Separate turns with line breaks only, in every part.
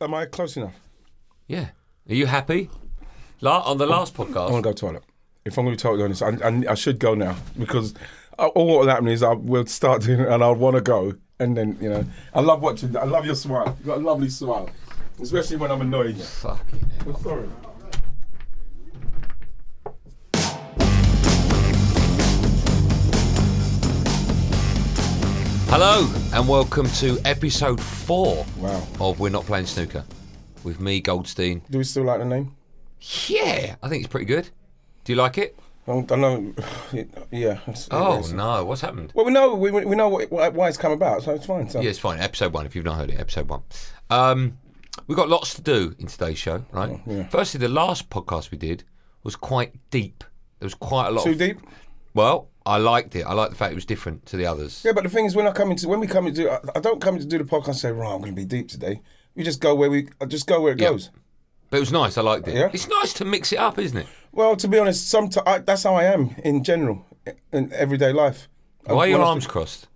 am I close enough?
Yeah. Are you happy? La- on the last podcast.
I want to go to the toilet. If I'm going to be totally honest, I, I, I should go now because uh, all what will happen is I will start doing it and I'll want to go. And then, you know, I love watching that. I love your smile. You've got a lovely smile, especially when I'm annoying you.
Fucking hell.
I'm sorry.
Hello and welcome to episode four
Wow.
of We're Not Playing Snooker with me, Goldstein.
Do we still like the name?
Yeah, I think it's pretty good. Do you like it?
I don't I know. Yeah. it's-
Oh
it's-
no, what's happened?
Well, we know we, we know what, what, why it's come about, so it's fine. So.
Yeah, it's fine. Episode one, if you've not heard it, episode one. Um, we've got lots to do in today's show, right?
yeah.
Firstly, the last podcast we did was quite deep. There was quite a lot.
Too
of-
deep.
Well, I liked it. I liked the fact it was different to the others.
Yeah, but the thing is, when I come into when we come into, I, I don't come in to do the podcast. and Say, right, I'm going to be deep today. We just go where we I just go where it
Yeah.
goes.
But it was nice. I liked it.
Yeah.
It's nice to mix it up, isn't it?
Well, to be honest, sometimes I, that's how I am in general in everyday life.
Why are your
Well,
arms crossed?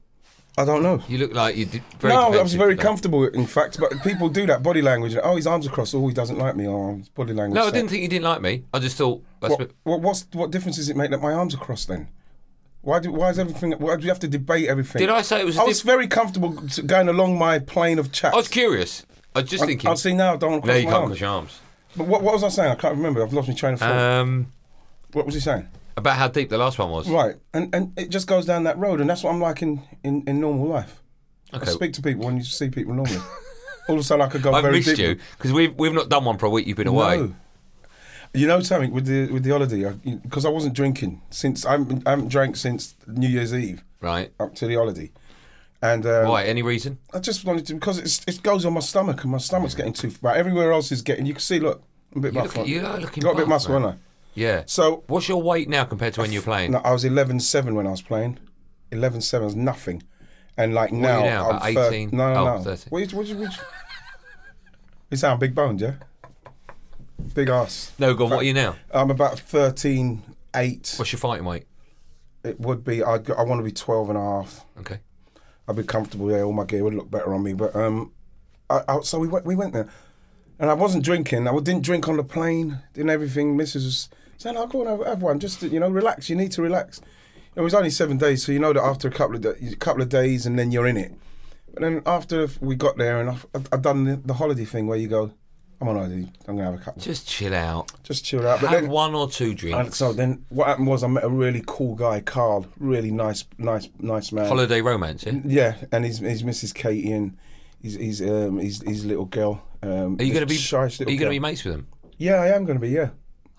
I don't know.
You look like you did very.
No, I was
defensive
very
today.
comfortable, in fact. But people do that body language. Oh, his arms are crossed. Oh, he doesn't like me. Oh, his body language.
No, I
sucks.
didn't think you didn't like me. I just thought that's a
What,
bit-
what, what's, what difference does it make that my arms are crossed then? Why do why is everything? Why do we have to debate everything?
Did I say it was a
I was
diff-
very comfortable t- going along my plane of chat.
I was curious. I was just thinking.
I'll see now. I Don't
no,
cross
you
my
can't
arms.
cross your arms.
But what, what was I saying? I can't remember. I've lost my train of thought.
Um,
what was he saying?
about how deep the last one was.
Right, and and it just goes down that road, and that's what I'm like in in, in normal life. I
Okay.
speak to people when you see people normally. All of a sudden, I could go
I've
very
missed
deep.
you because we've we've not done one for a week. You've been away.
No. You know something with the with the holiday because I wasn't drinking since I haven't, I haven't drank since New Year's Eve
Right.
up to the holiday, and um,
Why? Any reason?
I just wanted to because it's, it goes on my stomach and my stomach's getting too fat. Everywhere else is getting. You can see, look, I'm a bit
You
buff.
look,
aren't I?
you are looking.
Got a bit
buff,
muscle,
man.
haven't I?
Yeah.
So
What's your weight now compared to when you were playing?
No, I was 11 7 when I was playing. 11 7 was nothing. And like now,
you now,
I'm
about
thir-
18?
no, no,
Oh,
no.
13.
What you, what you, what you, you sound big boned, yeah? Big ass.
No, go on. What are you now?
I'm about 13 8.
What's your fighting weight?
It would be, I'd, go- I want to be 12 and a half.
Okay.
I'd be comfortable there. All my gear would look better on me. But um, I, I, so we went, we went there, and I wasn't drinking. I didn't drink on the plane. Didn't everything. Mrs. was saying, "I'll go and have, have one. Just to, you know, relax. You need to relax." It was only seven days, so you know that after a couple of da- couple of days, and then you're in it. But then after we got there, and I've, I've- I've done the, the holiday thing where you go, "I'm on holiday. I'm gonna have a couple.
Just chill out.
Just chill out." But
Have
then.
one or two drinks.
And so then, what happened was I met a really cool guy, Carl. Really nice, nice, nice man.
Holiday romance. Yeah.
Yeah, and his his Mrs. Katie and his his um his, his little girl. Um,
Are you going to be?
shy
Are you
little
going to
girl.
be mates with him?
Yeah, I am going to be. Yeah,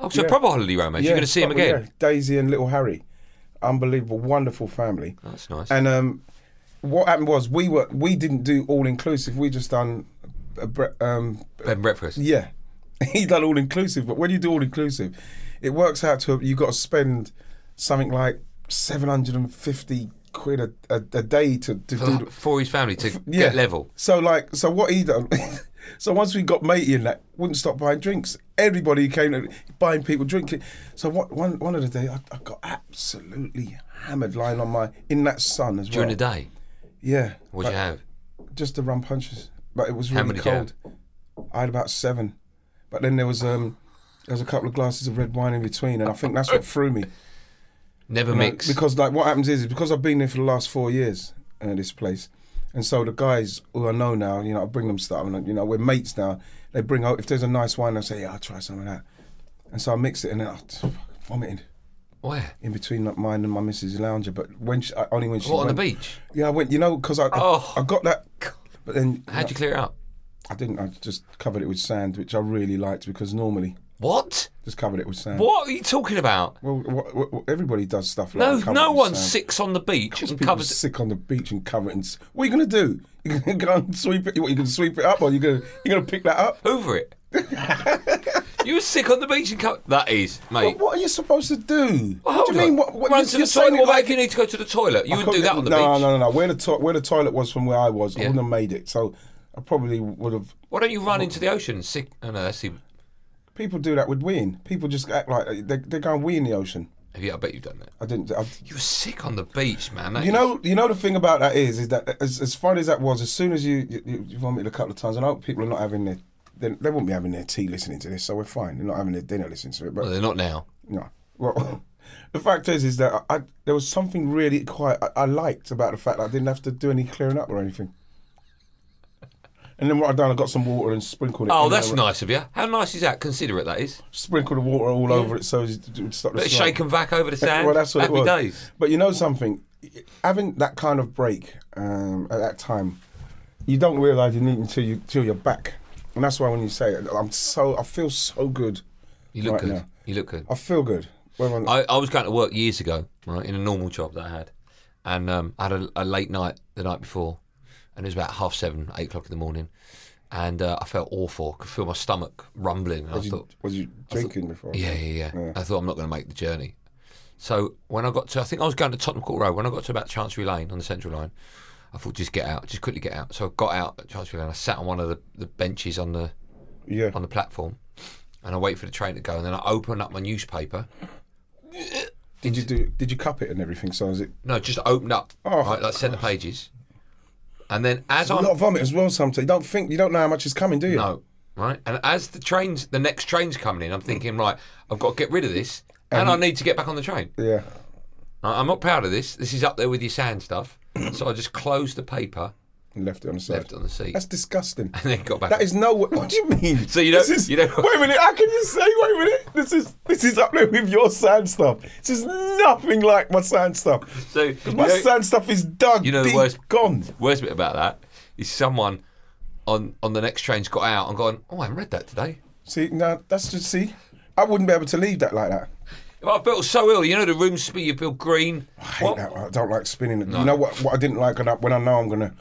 Oh, so
Yeah.
proper holiday romance.
yeah
You're going to see him
probably,
again.
yeah. Daisy and little Harry, unbelievable, wonderful family.
Oh, That's nice.
And um, what happened was we were we didn't do all inclusive. We just done a bre- um
Bed and breakfast.
yeah, he done all inclusive. But when you do all inclusive, it works out to you got to spend something like seven hundred and fifty quid a, a, a day to, to do. the-
For, Oh, for his family to
yeah.
get level.
So like, so what he done? so once we got matey in that, wouldn't stop buying drinks. Everybody who came to buying people drinking. So what? One one of the day, I, I got absolutely hammered lying on my in that sun as
During
well.
the day,
yeah,
what'd you have?
just to run punches, but it was
How
really
many did you
cold. I had about seven, but then there was um. There was a couple of glasses of red wine in between, and I think that's what threw me.
Never
You know,
mix.
Because like what happens is, is because I've been there for the last four years uh, this place, and so the guys who I know now, you know, I bring them stuff, and you know, we're mates now. They bring out if there's a nice wine, I say, yeah, I'll try some of that, and so I mix it, and then oh, I vomited
Where?
in between like, mine and my missus' lounger. But when she, I- only when she
What on the
went,
beach?
Yeah, I went, you know, because I, I-
Oh.
I got that, but then
How'd you clear it up?
I didn't. I just covered it with sand, which I really liked because normally
What?
just covered it with sand.
What are you talking about?
Well, wha- wha- wha- everybody does stuff like
No,
that, covered
no
with
one
sand.
sits on the beach and
People
covers.
sick on the beach and cover it. And, s- what are you gonna do? You gonna go and sweep it? What you gonna sweep it up, or you gonna you gonna pick that up?
Over it. you were sick on the beach and cover. That is, mate.
What are you supposed to do?
Well,
what do
hold
you
on.
mean? What, what
Run
you're,
to
you're
the
saying
toilet.
it
What about
like-
if you need to go to the toilet? You wouldn't do that on the
no,
beach.
No, no, no. Where the to- where the toilet was from where I was, I wouldn't have made it. So I probably would have.
Why don't you run into the ocean and sick? Oh no, that's even.
People do that with weeing. People just act like they they go and wee in the ocean.
Have you? I bet you've done that.
I didn't. I,
You were sick on the beach, man. That
you
is-
know, you know the thing about that is, is that as, as fun as that was, as soon as you you, you vomited a couple of times, and I hope people are not having their they, they wouldn't be having their tea listening to this, so we're fine. They're not having their dinner listening to it, but
Well, they're not now.
no. Well, the fact is, is that I, I there was something really quite I, I liked about the fact that I didn't have to do any clearing up or anything. And then what I done, I got some water and sprinkled it.
Oh,
in
that's
there,
nice of you. How nice is that? Considerate that is.
Sprinkled the water all over it so it would stop the
Bit of
slime.
shake and vac over the sand.
Well, that's what
Happy
it was.
days.
But you know something, having that kind of break um, at that time, you don't realise you need it until you until you're back, and that's why when you say it, I'm so I feel so good,
You look
Right
good.
now.
You look good.
I feel good. Whether I'm-
I, I was going to work years ago, right, in a normal job that I had, and um, I had a, a late night the night before, and it was about half seven, eight o'clock in the morning, and uh, I felt awful. I could feel my stomach rumbling, and I
was, you,
thought,
was you drinking before?
yeah, yeah, yeah, I thought I'm not going to make the journey. So when I got to, I think I was going to Tottenham Court Road. When I got to about Chancery Lane on the Central Line, I thought just get out, just quickly get out. So I got out at Chancery Lane. I sat on one of the, the benches on the
yeah.
on the platform, and I wait for the train to go, and then I open up my newspaper.
Did you do? Did you cup it and everything? So is it?
No, just open up.
Oh,
right, like centre pages. And then as
A
I'm
lot of vomit as well. Sometimes you don't think you don't know how much is coming, do you?
no, right? And as the trains the next train's coming in, I'm thinking, right, I've got to get rid of this and I need to get back on the train.
Yeah.
I- I'm not proud of this. This is up there with your sand stuff. so I just closed the paper,
And left it on the side.
left it on the seat,
That's disgusting.
and then got back.
That is no. What do you mean?
So you don't-
This is,
you don't-
Wait a minute. How can you say? Wait a minute. This is this is up there with your sand stuff. This is nothing like my sand stuff.
so you
My
know-
sand stuff is dug.
You know the
deep,
worst-
Gone.
worst bit about that is someone on on the next train's got out and gone, oh, I haven't read that today.
See now, that's just see. I wouldn't be able to leave that like that.
I felt so ill. You know the room smell. You feel green.
I hate that. I don't like spinning. You know what? What I didn't like when I, when I know I'm gonna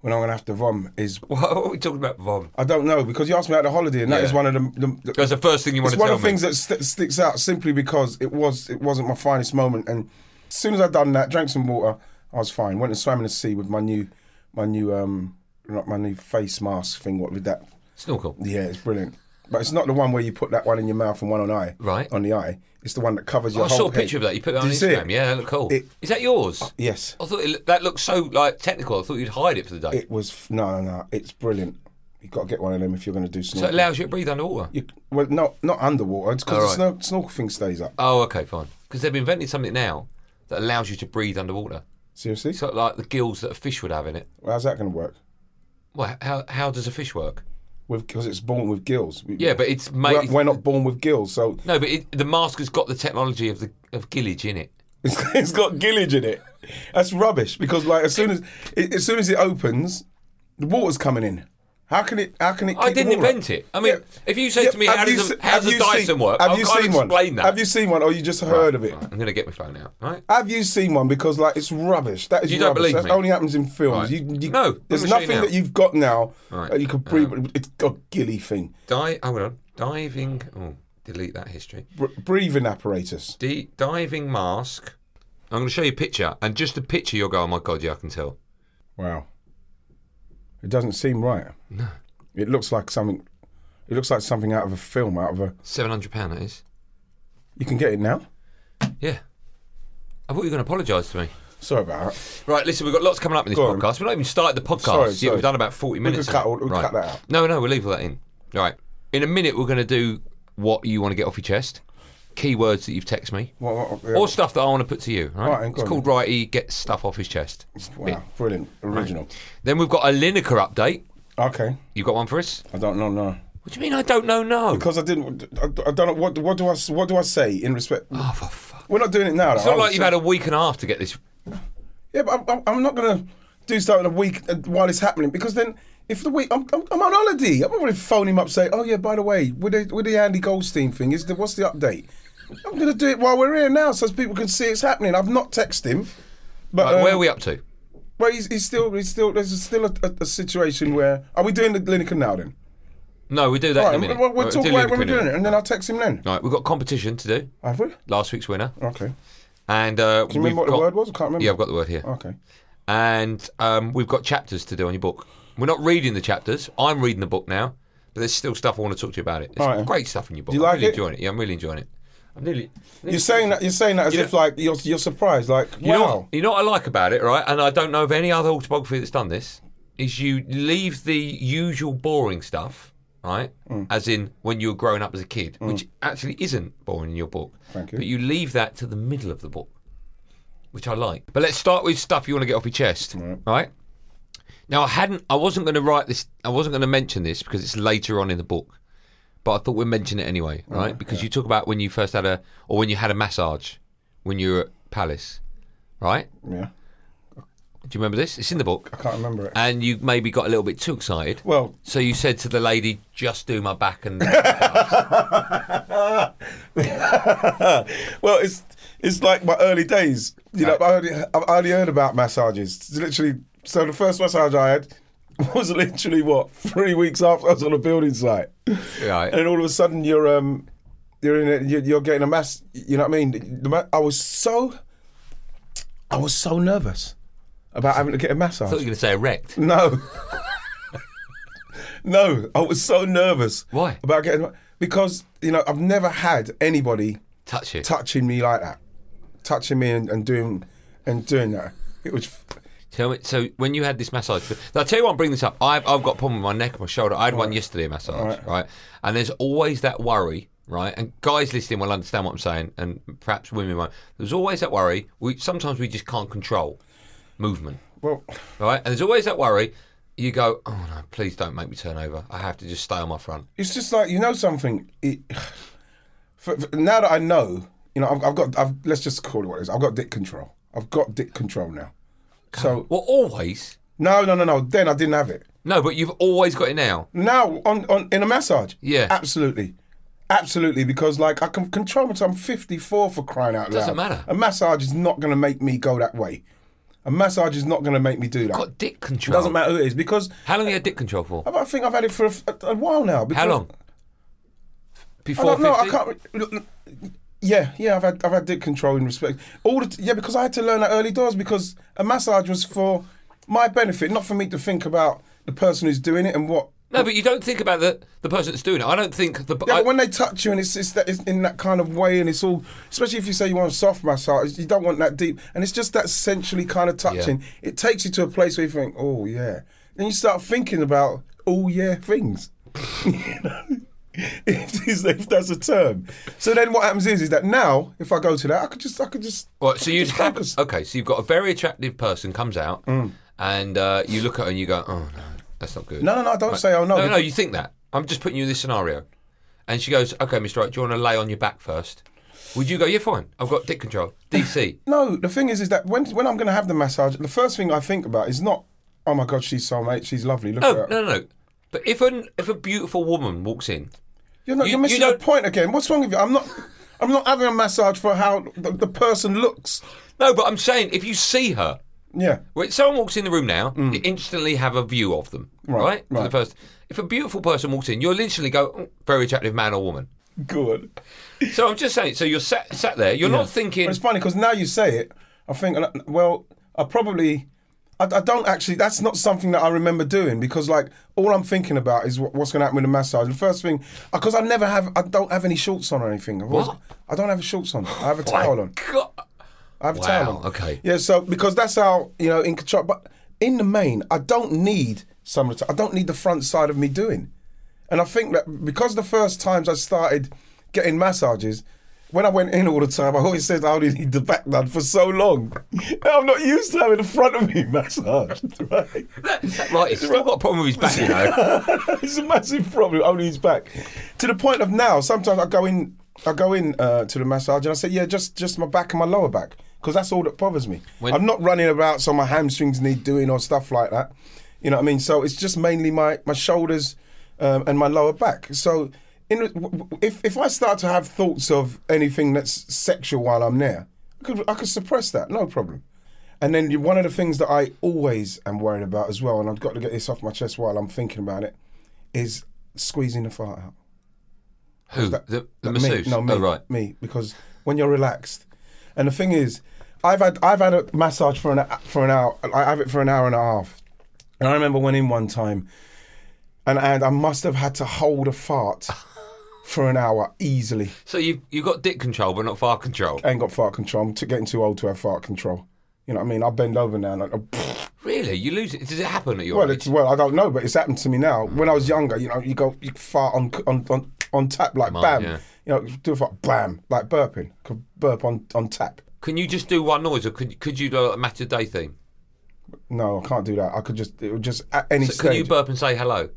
when I'm gonna have to vom is
What are we talking about, Vom?
I don't know because you asked me about the holiday and that
Yeah.
is one of the, the, the
That's the first thing you want
it's
to
one
tell
of the
me.
things that st- sticks out simply because it was it wasn't my finest moment. And as soon as I done that, drank some water, I was fine. Went and swam in the sea with my new my new um not my new face mask thing. What with that?
Snorkel.
Yeah, it's brilliant. But it's not the one where you put that one in your mouth and one on eye.
Right. Oh,
On the eye, it's the one that covers your
I
whole
saw a
head.
picture of that. You put that
Did
on
you see
Instagram.
it?
Yeah, that looked cool. Is
It-
that yours? I
Yes,
thought it, that looked so like technical. I thought you'd hide it for the day.
it was. f- No, no, no. It's brilliant. You got to get one of them if you're going to do
so it
snorkel.
allows you to breathe underwater.
you, well, no, not underwater. It's because
All
the
right.
snor- snorkel thing stays up.
Oh, okay, fine. Because they've invented something now that allows you to breathe underwater.
Seriously,
It's not like the gills that a fish would have in it.
how's that going to work?
Well, how, how does a fish work?
Because it's born with gills. We-
Yeah, but it's made.
we're, we're not born with gills, so
no, but it, the mask has got the technology of the of gillage in it.
it's, it's got gillage in it. That's rubbish because like as soon as it, as soon as it opens, the water's coming in. How can it? How can it?
I
keep the
didn't
water up?
invent it. I mean, if you say
Yeah,
to me,
have
how
you
does, a,
se-
how
have
does
you
Dyson
seen-
work?
Have
I
you
can't
seen one?
explain that.
Have you seen one, or you just heard of it?
I'm going to get my phone out, right?
Have you seen one? Because like it's rubbish. That is
You don't
rubbish.
believe
That
me?
only happens in films.
Right.
You, you,
No, let
there's
me show you
nothing
now.
that you've got now
Right, Uh.
that you could breathe. it's got gilly thing.
Di- oh, hold on. Diving. Oh, delete that history.
Br- breathing apparatus.
D- diving mask. I'm going to show you a picture, and just the picture, you'll go, "Oh my god, yeah, I can tell."
Wow. It doesn't seem right. No. It looks like something. It looks like something out of a film, out of a.
Seven hundred pound that is.
You can get it now.
Yeah. I thought you were going to apologise to me.
Sorry about that.
Right, listen, we've got lots coming up in this
Go on.
podcast. We've not even started the podcast.
Sorry,
yet.
sorry.
We've done about 40 minutes.
could cut
of it.
all- we could
right.
cut that out.
No, no, we'll leave all that in. Right. In a minute, we're going to do what you want to get off your chest. Keywords that you've texted me.
What, what, yeah.
Or stuff that I want to put to you. Right.
Right, and go
it's
on.
called Righty Gets Stuff Off His Chest.
wow, brilliant, original.
Then we've got a Lineker update.
Okay,
You got one for us?
I don't know, no,
What do you mean I don't know? No.
because I didn't. I, I don't know what. What do I? s- What do I say in respect?
oh, for fuck.
We're not doing it now.
It's not like you've had a week and a half to get this.
Yeah, but I'm, I'm- I'm not gonna do something a week uh, while it's happening because then if the week I'm, I'm, I'm on holiday, I'm not gonna phone him up say, oh yeah, by the way, with the with the Andy Goldstein thing, is the, what's the update? I'm gonna do it while we're here now, so as people can see it's happening. I've not texted him, but
Like,
um,
Uh, where are we up to?
but he's, he's still he's still there's still a, a, a situation where are we doing the Lineker now then?
No, we do that
All
in a
right,
minute.
we'll, we'll
Right,
talk
do
about it when
Lineker
we're
in a
doing it,
minute.
and then I'll text him then.
Right, we've got competition to do.
Have we?
Last week's winner.
Okay.
And uh,
Do you remember what the word was? Oh. I can't remember.
Yeah, I've got the word here.
Okay.
And um, we've got chapters to do on your book. We're not reading the chapters. I'm reading the book now, but there's still stuff I want to talk to you about it. It's
All right.
great stuff in your book.
you
I'm
like
really
it?
enjoying it. Yeah, I'm really enjoying it. I'm nearly.
You're saying that you're saying that as
You
if like you're you're surprised, like wow.
You know, what, you know what I like about it, right? And I don't know of any other autobiography that's done this. Is you leave the usual boring stuff right? As in when you were growing up as a kid, which actually isn't boring in your book.
Thank you.
But you leave that to the middle of the book, which I like. But let's start with stuff you want to get off your chest, right? Now I hadn't, I wasn't going to write this, I wasn't going to mention this because it's later on in the book, but I thought we'd mention it anyway, right? because you talk about when you first had a, or when you had a massage, when you were at Palace, right?
Yeah.
Do you remember this? It's in the book.
I can't remember it.
And you maybe got a little bit too excited.
Well,
So you said to the lady, "Just do my back," and
uh, well, it's it's like my early days. You know, I only, I've only heard about massages. It's Literally, so the first massage I had was literally what three weeks after I was on a building site,
Right.
and then all of a sudden you're um you're in a, you're, you're getting a mass. You know what I mean? The ma- I was so I was so nervous about having to get a massage.
I thought you were going to say erect.
No. no, I was so nervous.
Why?
About getting because you know I've never had anybody
Touch it.
touching me like that, touching me and, and doing and doing that. It was f-
Tell me. So when you had this massage, now, I tell you what, bring this up. I've I've got a problem with my neck, and my shoulder. I had one yesterday, a massage, right. And there's always that worry, right? And guys listening will understand what I'm saying, and perhaps women won't. There's always that worry. We sometimes we just can't control movement.
well,
right? And there's always that worry. You go, oh no, please don't make me turn over. I have to just stay on my front.
it's just like you know something. It, for, for- now that I know, you know I've, I've got. I've, let's just call it what it is. I've got dick control. I've got dick control now. So
Well, always.
no, no, no, no. Then I didn't have it.
No, but you've always got it now.
Now on, on in a massage.
Yeah.
Absolutely. Absolutely, because like I can control myself. I'm 54 for crying out loud.
Doesn't matter.
A massage is not going to make me go that way. A massage is not going to make me do that.
Got dick control.
Doesn't matter who it is because
How long you had dick control for?
I think I've had it for a, a while now. because-
How long?
I
Before
don't know.
50?
I can't. re- look, look, Yeah, yeah. I've had I've had dick control in respect. All the t- yeah because I had to learn that early doors because a massage was for my benefit, not for me to think about the person who's doing it and what
No, but you don't think about the, the person that's doing it. I don't think the.
Yeah,
I,
but when they touch you and it's, it's, that, it's in that kind of way, and it's all, especially if you say you want a soft massage, you don't want that deep, and it's just that sensually kind of touching. It takes you to a place where you think, oh yeah, then you start thinking about oh yeah things. You know? if, this- if that's a term, so then what happens is is that now if I go to that, I could just I could just
Well, so you
just
have
focus. Mm.
okay. So you've got a very attractive person comes out, and uh, you look at her and you go, "Oh no, that's not good."
no no no don't say oh no.
no, no. You think that? I'm just putting you in this scenario, and she goes, "Okay, Mr. Wright, do you want to lay on your back first? Would you go? Yeah, fine. I've got dick control. DC.
No, the thing is, is that when when I'm going to have the massage, the first thing I think about is not, oh my god, she's so mate, she's lovely. Look at
no,
her.
no, no, no. But if an if a beautiful woman walks in,
You're, not,
You-
you, are missing
you
the
don't-
point again. What's wrong with you? I'm not. I'm not having a massage for how the, the person looks.
no, but I'm saying if you see her,
Yeah.
When someone walks in the room now, you instantly have a view of them, right? For the
Mm. right.
first, if a beautiful person walks in, you'll instantly go, "Oh, "Very attractive man or woman."
Good.
So I'm just saying. So you're sat sat there. You're not thinking.
But it's funny because now you say it, I think. Well, I probably. I, I don't actually. That's not something that I remember doing because, like, all I'm thinking about is what, what's going to happen with the massage. The first thing, because I never have. I don't have any shorts on or anything. I've always-
What?
I don't have shorts on. I have a
"My
towel on.
God."
I have a
Wow,
towel on.
okay.
Yeah, so because that's how, you know, in control. But in the main, I don't need some of the time. I don't need the front side of me doing. And I think that because the first times I started getting massages, when I went in all the time, I always said I only need the back done for so long. I'm not used to having the front of me massaged, right?
Right, he's still got a problem with his back, you know.
it's a massive problem. Only his back. To the point of now, sometimes I go in, I go in uh, to the massage and I say, yeah, just just my back and my lower back, because that's all that bothers me.
When-
I'm not running about, so my hamstrings need doing or stuff like that. You know what I mean? So it's just mainly my my shoulders um, and my lower back. So. In, w- w- if if I start to have thoughts of anything that's sexual while I'm there, I could I could suppress that, no problem. And then you- one of the things that I always am worried about as well, and I've got to get this off my chest while I'm thinking about it, is squeezing the fart out.
Who? The, the
Like
masseuse?
Me, no, me,
Oh, right.
me, because when you're relaxed, and the thing is, I've had I've had a massage for an for an hour. I have it for an hour and a half, and I remember went in one time, and and I must have had to hold a fart for an hour easily.
So you've, you've got dick control, but not fart control.
I ain't got fart control. I'm t- getting too old to have fart control. You know what I mean? I bend over now and I,
Really? You lose it? Does it happen at your
Well,
age?
it's well, I don't know, but it's happened to me now.
Mm.
When I was younger, you know, you go you fart on on on, on tap like
Mine,
bam,
yeah.
you know, do a fart bam, like burping, could burp on on tap.
Can you just do one noise, or could could you do a matter of day theme?
No, I can't do that. I could just it would just at any
So can
stage.
you burp and say hello?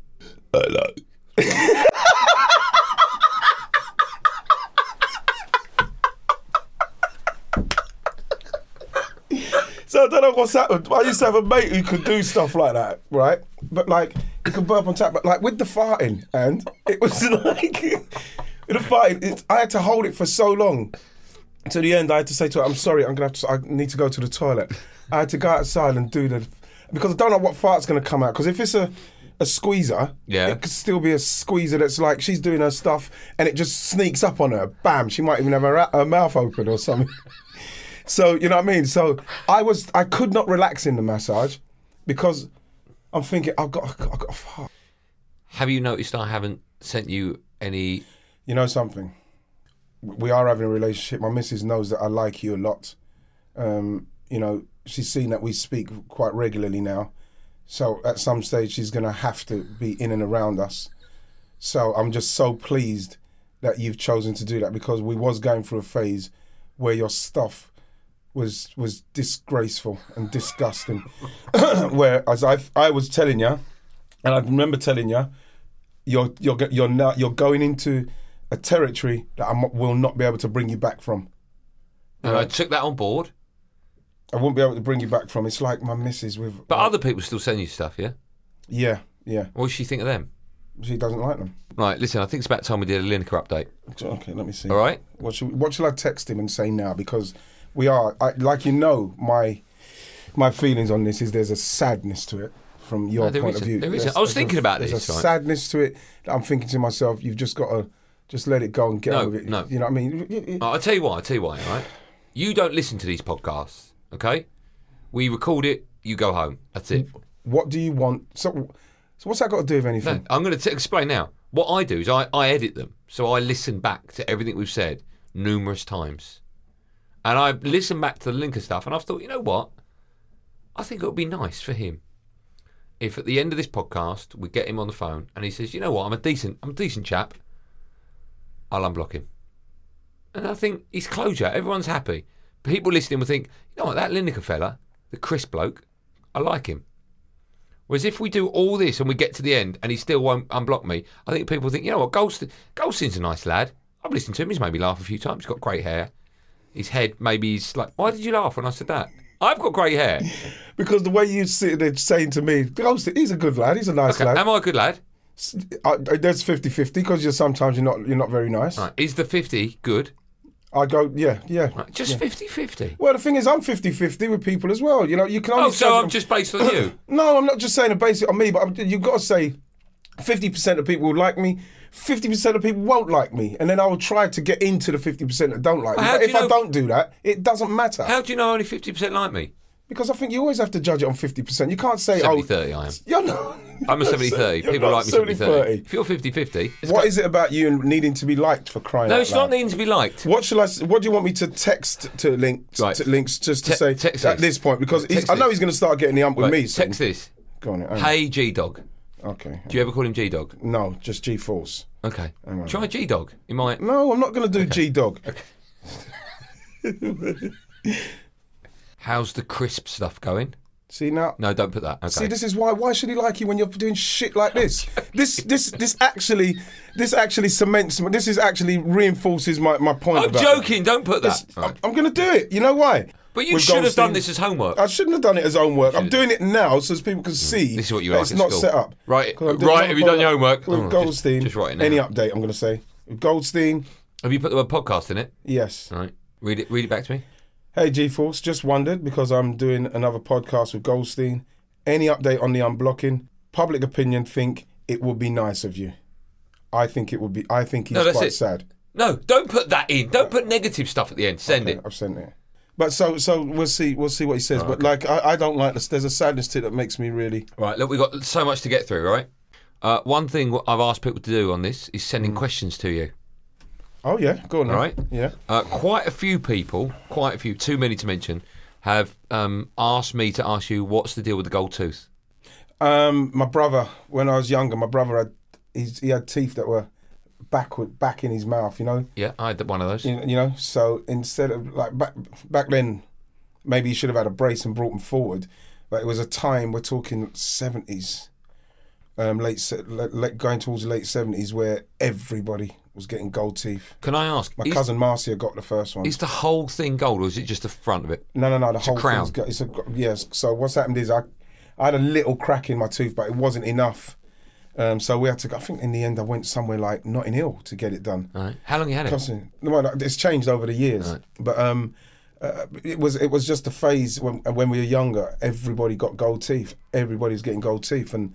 So I don't know what's happened. I used to have a mate who could do stuff like that, right? But like he could burp on tap, but like with the farting, and it was like with the farting, it, I had to hold it for so long. To the end, I had to say to her, "I'm sorry, I'm gonna have to. I need to go to the toilet." I had to go outside and do the because I don't know what fart's gonna come out. Because if it's a a squeezer,
Yeah.
it could still be a squeezer that's like she's doing her stuff and it just sneaks up on her. Bam! She might even have her, her mouth open or something. So you know what I mean. So I was I could not relax in the massage because I'm thinking I've got I've got, I've got a fart.
Have you noticed I haven't sent you any?
You know something? We are having a relationship. My missus knows that I like you a lot. Um, you know, she's seen that we speak quite regularly now. So at some stage, she's gonna have to be in and around us. So I'm just so pleased that you've chosen to do that because we was going through a phase where your stuff was was disgraceful and disgusting. where as I I was telling you, and I remember telling you, you're you're go- you're now you're going into a territory that I mo- will not be able to bring you back from.
And I took that on board.
I won't be able to bring you back from. It's like my missus with.
But other people still send you stuff, yeah?
yeah, yeah,
What does she think of them?
she doesn't like them.
Right, listen, I think it's about time we did a Lineker update.
Okay, let me see.
All right?
What should what shall I text him and say now? Because we are I, like you know my my feelings on this is there's a sadness to it from your
No, there
point of
isn't.
view.
There isn't.
There's-
I was
there's a-
thinking about
there's
this,
a
right?
sadness to it. that I'm thinking to myself, you've just got to just let it go and get
No,
on with it.
no.
You know what I mean?
I'll tell you why. I'll tell you why, all right? You don't listen to these podcasts, okay? We record it, you go home. That's it.
What do you want? So, so what's that got to do with anything?
No, I'm going to explain now. What I do is I, I edit them. So I listen back to everything we've said numerous times. And I listen back to the Linker stuff and I've thought, you know what? I think it would be nice for him if at the end of this podcast we get him on the phone and he says, you know what, I'm a decent, I'm a decent chap. I'll unblock him. And I think it's closure. Everyone's happy. People listening will think, you know what, that Lineker fella, the Chris bloke, I like him. Whereas if we do all this and we get to the end and he still won't unblock me, I think people think, you know what, Goldstein, Goldstein's a nice lad. I've listened to him. He's made me laugh a few times. He's got great hair. His head, maybe he's like, why did you laugh when I said that? I've got great hair.
Because the way you sit there saying to me, "Ghost, he's a good lad, he's a nice
Okay,
lad.
am I a good lad?
S- I, I- there's 50-50 because you're sometimes you're not you're not very nice.
Right, Is the 50 good?
I go, yeah, yeah.
Right, Just 50 50.
Well, the thing is, I'm 50-50 with people as well. You know, you can only.
Oh, so
judge
I'm
them-
just based on you.
No, I'm not just saying a basic on me, but I'm, you've got to say, fifty percent of people will like me, fifty percent of people won't like me, and then I will try to get into the fifty percent that don't like me.
how
But
do
if
you
I
know-
don't do that, it doesn't matter
How do you know only 50% like me?
because I think you always have to judge it on fifty percent. You can't say,
70
oh,
30 I am.
you're not.
I'm a 70 30.
You're
People
not
like me 70 30.
70-30.
If you're 50 50,
What is it about you and needing to be liked for crying
no,
out
it's
loud?
not needing to be liked.
What shall I? s- What do you want me to text to link
Right.
to links just to
Te-
say
text
at
this.
this point because he's,
Text
I know
this.
he's going to start getting the ump with me. So
Text this.
go on, it. hang on.
Hey, G Dog.
okay.
Do you ever call him G Dog?
No, just G Force.
Okay. Try G Dog. You might.
No, I'm not going to do G Dog.
How's the crisp stuff going?
See now.
No, don't put that. Okay.
See, this is why. Why should he like you when you're doing shit like this? This, this, this actually, this actually cements. my- This is actually reinforces my, my point.
I'm
about uh, it.
joking. Don't put that.
It's-
All right.
I'm, going to do it. You know why?
But you
With
should have
Goldstein.
done this as homework.
I shouldn't have done it as homework. I'm doing it now so as people can see.
Mm. This is what you
that
like
It's
at
not
school.
set up.
Write it-
'Cause I'm doing
write it,
another
have you done your
podcast
homework?
With
Oh, just-
Goldstein.
just write it
Any
now.
update? I'm going to say with Goldstein.
Have you put the word podcast in it?
Yes.
All right. Read it. Read it back to me.
Hey, G Force. Just wondered because I'm doing another podcast with Goldstein. Any update on the unblocking? Public opinion think it would be nice of you. I think it would be. I think he's
No, that's
quite
it.
sad.
No, don't put that in. Don't put negative stuff at the end. Send it. Oh,
I've sent it. But so so we'll see we'll see what he says. but like I, I don't like this. There's a sadness to it that makes me really.
Right, look, we've got so much to get through, right? Uh, one thing wh- I've asked people to do on this is
Mm.
sending questions to you.
Oh yeah, go on. then.
All right.
Yeah.
Uh, quite a few people, quite a few, too many to mention, have um, asked me to ask you what's the deal with the gold tooth.
Um, my brother, when I was younger, my brother had he's, he had teeth that were backward back in his mouth. You know,
Yeah, I had one of those.
you, you know. So instead of like back back then, maybe he should have had a brace and brought them forward. But it was a time we're talking seventies, um, late, se- late late- going towards the late seventies, where everybody was getting gold teeth.
Can I ask?
My
is,
cousin Marcia got the first one.
is the whole thing gold, or is it just the front of it?
No, no, no. The whole
crown.
thing's got it's a yes. So what's happened is I, I had a little crack in my tooth, but it wasn't enough. Um, so we had to. go I think in the end I went somewhere like Notting Hill to get it done.
All right. How long you had it?
Cousin- no, well, it's changed over the years, but um, uh, it was it was just a phase when when we were younger. Everybody got gold teeth. Everybody's getting gold teeth, and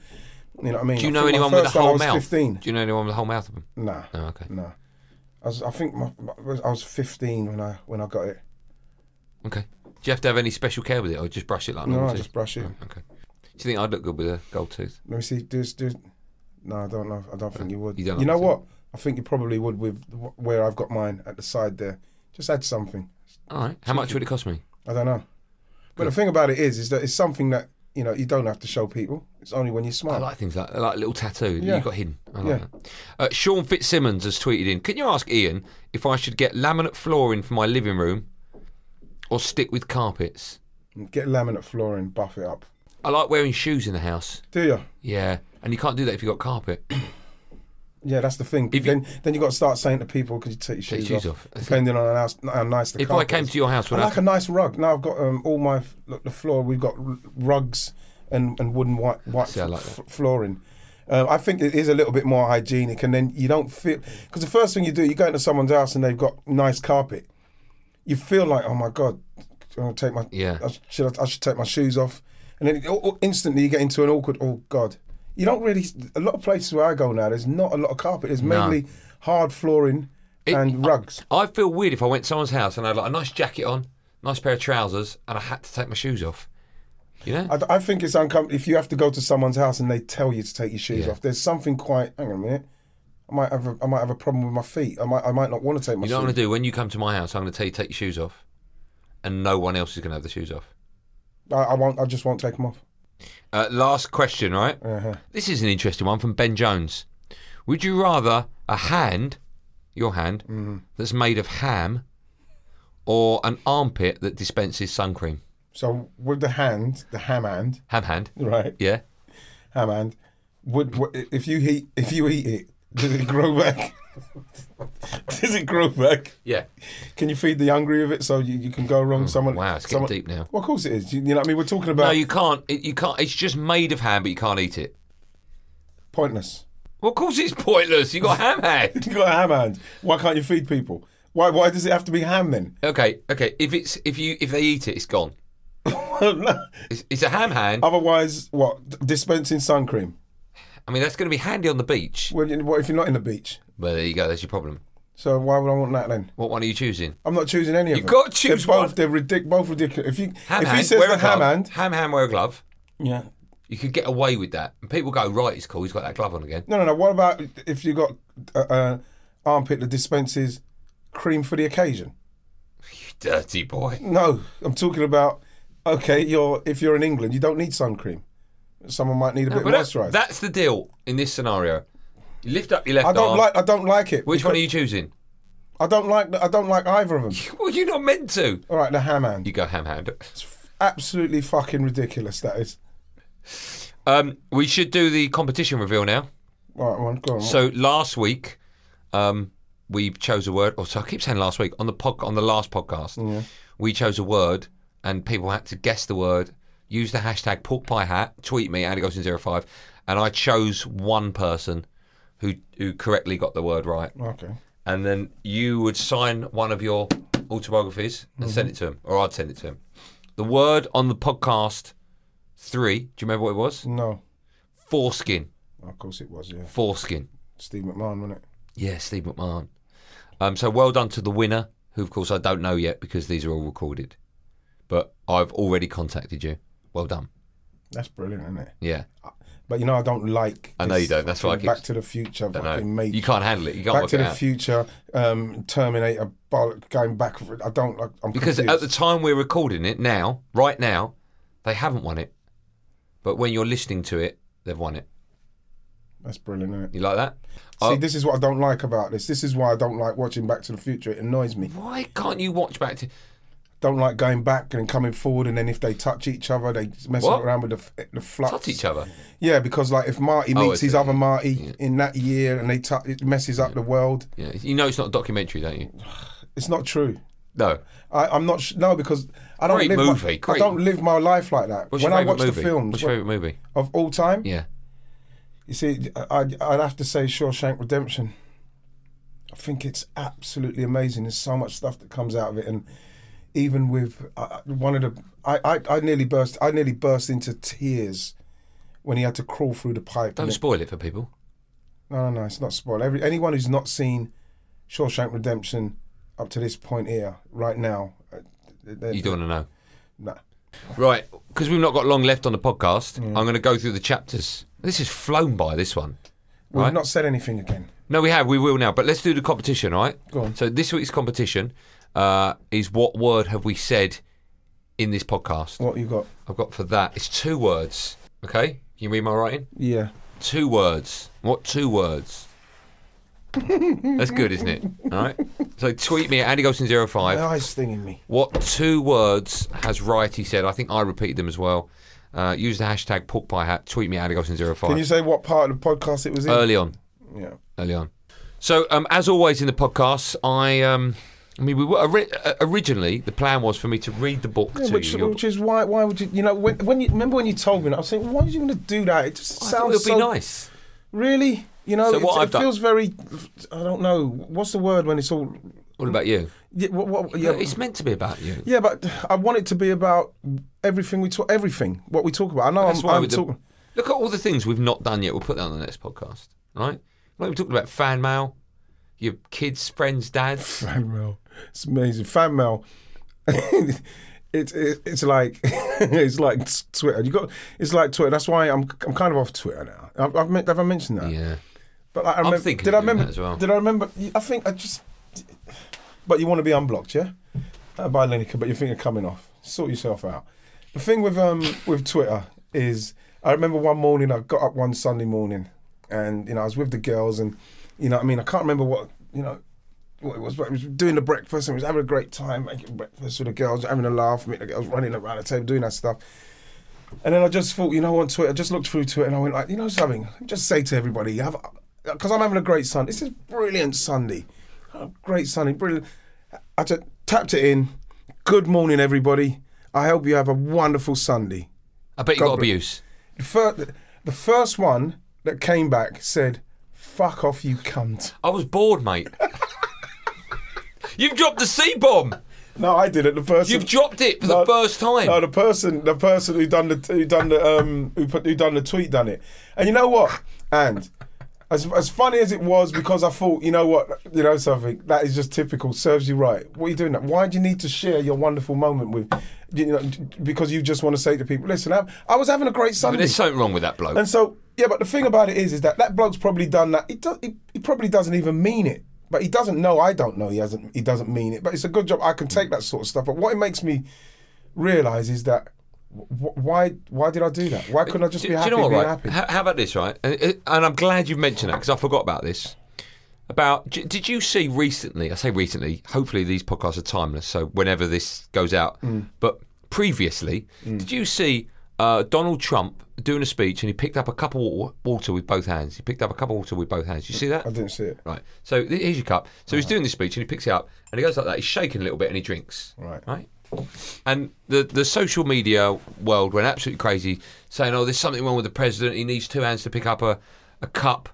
you know what I mean.
Do you
I
know
think my
anyone with a
first time I
whole
was
mouth?
Fifteen.
Do you know anyone with a whole mouth of them?
Nah,
Oh, okay.
nah. I was, I think my, my, I was fifteen when I when I got it.
Okay. Do you have to have any special care with it, or just brush it like
No,
normal
I
teeth?
just brush it.
Oh, Okay. Do you think I'd look good with a gold tooth?
Let me see. There's, there's, no, I don't know. I don't think you would.
You
You,
don't
know
like it?
what? I think you probably would with wh- where I've got mine at the side there. Just add something.
All right. How much would it cost me?
I don't know. But the thing about it is, is that it's something that you know you don't have to show people. It's only when you
I
smile.
like things like like a little tattoo that
Yeah.
you got hidden. I like
Yeah.
that. Uh, Sean Fitzsimmons has tweeted in. Can you ask Ian if I should get laminate flooring for my living room, or stick with carpets?
Get laminate flooring, buff it up.
I like wearing shoes in the house.
Do you?
Yeah, and you can't do that if you have got carpet.
Yeah, that's the thing.
If you-
then, then you got to start saying to people, "Could you take your
your
shoes,
shoes
off?"
off. I
Depending on how, nice- how nice the
if I
carpet
came
is.
to your house,
I
would I?
like a nice rug. Now I've got um, all my look, the floor. We've got r- rugs and, and wooden white white
See, I like
f- flooring. Um, I think it is a little bit more hygienic, and then you don't feel because the first thing you do, you go into someone's house and they've got nice carpet. You feel like, oh my god, I'm gonna take my
Yeah.
I should I should take my shoes off, and then o- o- instantly you get into an awkward. Oh god, you don't really. A lot of places where I go now, there's not a lot of carpet. There's mainly hard flooring and rugs.
I'd feel weird if I went to someone's house and I had like a nice jacket on, nice pair of trousers, and I had to take my shoes off. You know?
I, I think it's uncomfortable if you have to go to someone's house and they tell you to take your shoes
Yeah.
off. There's something quite. Hang on a minute. I might have a, I might have a problem with my feet. I might I might not want to take my
you know what I'm
shoes.
going to do? When you come to my house, I'm going to tell you to take your shoes off, and no one else is going to have the shoes off.
I, I won't. I just won't take them off.
Uh, last question, right?
Uh-huh.
This is an interesting one from Ben Jones. Would you rather a hand, your hand,
Mm-hmm.
that's made of ham, or an armpit that dispenses sun cream?
So with the hand, the ham hand,
Ham hand,
right?
yeah.
Ham hand. Would, would if you eat if you eat it, does it grow back? does it grow back?
Yeah.
Can you feed the hungry with it so you, you can go wrong? someone.
Oh, Wow, it's getting
someone-
deep now.
Well, of course it is. You, you know what I mean? We're talking about
No, you can't. It, you can't. It's just made of ham, but you can't eat it.
pointless.
Well, of course it's pointless. You got ham hand.
You got a ham hand. Why can't you feed people? Why why does it have to be ham then?
Okay, okay. If it's if you if they eat it, it's gone. It's, it's a ham hand.
Otherwise, what? D- Dispensing sun cream.
I mean, that's going to be handy on the beach.
Well, you- what if you're not in the beach?
Well, there you go. That's your problem.
So why would I want that then?
What one are you choosing?
I'm not choosing any of
You
them.
gotta choose
they're both,
one.
They're ridic- both ridiculous. If you
Ham
if
hand.
he says
wear
the
a glove.
ham hand,
Ham hand. Wear a glove.
yeah.
You could get away with that. And people go, right, it's cool. He's got that glove on again.
No, no, no. What about if you got uh, uh, armpit that dispenses cream for the occasion?
You dirty boy.
No, I'm talking about okay. You're if you're in England, you don't need sun cream. Someone might need a bit
But
of
that-
moisturiser.
that's the deal in this scenario. You lift up your left
I don't
arm.
like. I don't like it.
Which one are you choosing?
I don't like. I don't like either of them.
Well, you're not meant to.
All right, the ham hand.
You go ham hand.
absolutely fucking ridiculous that is.
Um, we should do the competition reveal now.
All right, well, go on.
So last week, um, we chose a word. Or so I keep saying last week on the pod, on the last podcast, we chose a word, and people had to guess the word. Use the hashtag pork pie hat. Tweet me Andy Gosling 05 and I chose one person who who correctly got the word right,
okay.
and then you would sign one of your autobiographies and send it to him, or I'd send it to him. The word on the podcast three. Do you remember what it was?
No.
Foreskin.
Of course it was, yeah.
Foreskin.
Steve McMahon, wasn't it?
Yeah, Steve McMahon. Um, so well done to the winner, who of course I don't know yet because these are all recorded. But I've already contacted you. Well done.
That's brilliant, isn't it?
Yeah,
But you know, I don't like.
I know you
this
don't, that's why I
fucking
keep-
Back to the Future
I know.
fucking made.
You can't handle it. You can't
Back
work
to
it
the
out.
Future, um, Terminator, bollock, going back. I don't. like I'm
because
confused.
at the time we're recording it now, right now, they haven't won it. But when you're listening to it, they've won it.
That's brilliant, isn't it?
You like that?
See,
Oh,
this is what I don't like about this. This is why I don't like watching Back to the Future. It annoys me.
why can't you watch back to?
Don't like going back and coming forward, and then if they touch each other, they mess
What?
around with the f- the flux.
Touch each other.
Yeah, because like if Marty
Oh,
meets
I
his
see.
other Marty in that year, and they tou it messes up the world.
Yeah, you know it's not a documentary, don't you?
It's not true.
No.
I, I'm not sh- no because I don't
Great
live
movie,
My, I
great.
don't live my life like that.
What's
when
your
I
favourite
watch
movie?
the films
What's your favourite movie?
of all time,
Yeah.
you see, I, I'd, I'd have to say Shawshank Redemption. I think it's absolutely amazing. There's so much stuff that comes out of it, and even with uh, one of the, I, I, I nearly burst, I nearly burst into tears when he had to crawl through the pipe.
Don't
and it-
spoil it for people.
no, no, no, it's not spoiled. Every, anyone who's not seen Shawshank Redemption up to this point here, right now, uh, they- they-
You don't want to know.
Nah.
Right, because we've not got long left on the podcast, I'm going to go through the chapters. This is flown by, this one.
We've
Right.
not said anything again.
No, we have. We will now. But let's do the competition, all right?
Go on.
So this week's competition uh, is what word have we said in this podcast?
What you got?
I've got for that. It's two words. Okay, Can you read my writing.
Yeah.
Two words. What two words? That's good, isn't it? All right. So tweet me at AndyGolson05.
My eyes stinging me.
What two words has Righty said? I think I repeated them as well. Uh, use the hashtag pork pie hat. Tweet me at AndyGolson05.
Can you say what part of the podcast it was in?
early on.
yeah.
early on. So, um, as always in the podcast, I, um, I mean, we were ori- uh, originally the plan was for me to read the book
Yeah,
to
which,
you.
which is why why would you you know when, when you remember when you told me that, I was thinking why did you want to do that it just
I thought it
sounds
would
so
be nice.
really you know
So what
it's-
I've
it
done-
feels very I don't know what's the word when it's all
What about you?
yeah, what, what,
Yeah,
yeah,
it's meant to be about you.
yeah but I want it to be about everything we talk everything what we talk about I know
That's
I'm,
why
I'm
we do-
talking
Look at all the things we've not done yet. We'll put that on the next podcast, right? Like we talked about fan mail, your kids, friends, dads.
fan mail it's amazing fan mail it's it, it's like it's like t- Twitter you got it's like Twitter that's why I'm I'm kind of off Twitter now I've, I've men- have I mentioned that
Yeah,
But like, I remember,
thinking
did
of
I
doing
remember?
that as well.
Did I remember? I think I just. But you want to be unblocked, yeah? Uh, by Lineker, but you think you're coming off. Sort yourself out. The thing with um with Twitter is, I remember one morning I got up one Sunday morning, and you know I was with the girls, and you know what I mean I can't remember what you know what it was, but it was doing the breakfast and we was having a great time making breakfast with the girls, having a laugh, meeting the girls, running around the table, doing that stuff. And then I just thought, you know, on Twitter, I just looked through Twitter and I went like, you know something, Let me just say to everybody, you have, because I'm having a great Sunday. This is brilliant Sunday, Oh, great Sunday, brilliant. I just tapped it in. Good morning, everybody. I hope you have a wonderful Sunday.
I bet you
God
got
bless-
abuse.
The first, the first one that came back said, "Fuck off, you cunt."
I was bored, mate. You've dropped the C bomb.
No, I did it. The person
You've dropped it for the
No,
first time.
No, the person, the person who done the who done the um who put who done the tweet done it. And you know what? And as as funny as it was, because I thought, you know what, you know something that is just typical. Serves you right. What are you doing? That? Why do you need to share your wonderful moment with? You know, because you just want to say to people, listen, I, I was having a great
But
Sunday.
there's something wrong with that bloke.
And so, yeah, but the thing about it is, is that that bloke's probably done that. He, do, he, he probably doesn't even mean it, but he doesn't know. I don't know. He hasn't. He doesn't mean it. But it's a good job. I can take that sort of stuff. But what it makes me realize is that wh- why why did I do that? Why couldn't I just
Uh, Do-
be
do
happy
you know what,
being
right?
happy?
How, how about this, right? And, and I'm glad you mentioned that because I forgot about this. About d- did you see recently? I say recently. Hopefully, these podcasts are timeless. So whenever this goes out,
Mm.
but previously, did you see uh, Donald Trump doing a speech and he picked up a cup of wa- water with both hands? He picked up a cup of water with both hands. You see that?
I didn't see it.
Right. So th- here's your cup. So he's doing this speech and he picks it up and he goes like that. He's shaking a little bit and he drinks.
Right.
Right. And the the social media world went absolutely crazy, saying, "Oh, there's something wrong with the president. He needs two hands to pick up a a cup."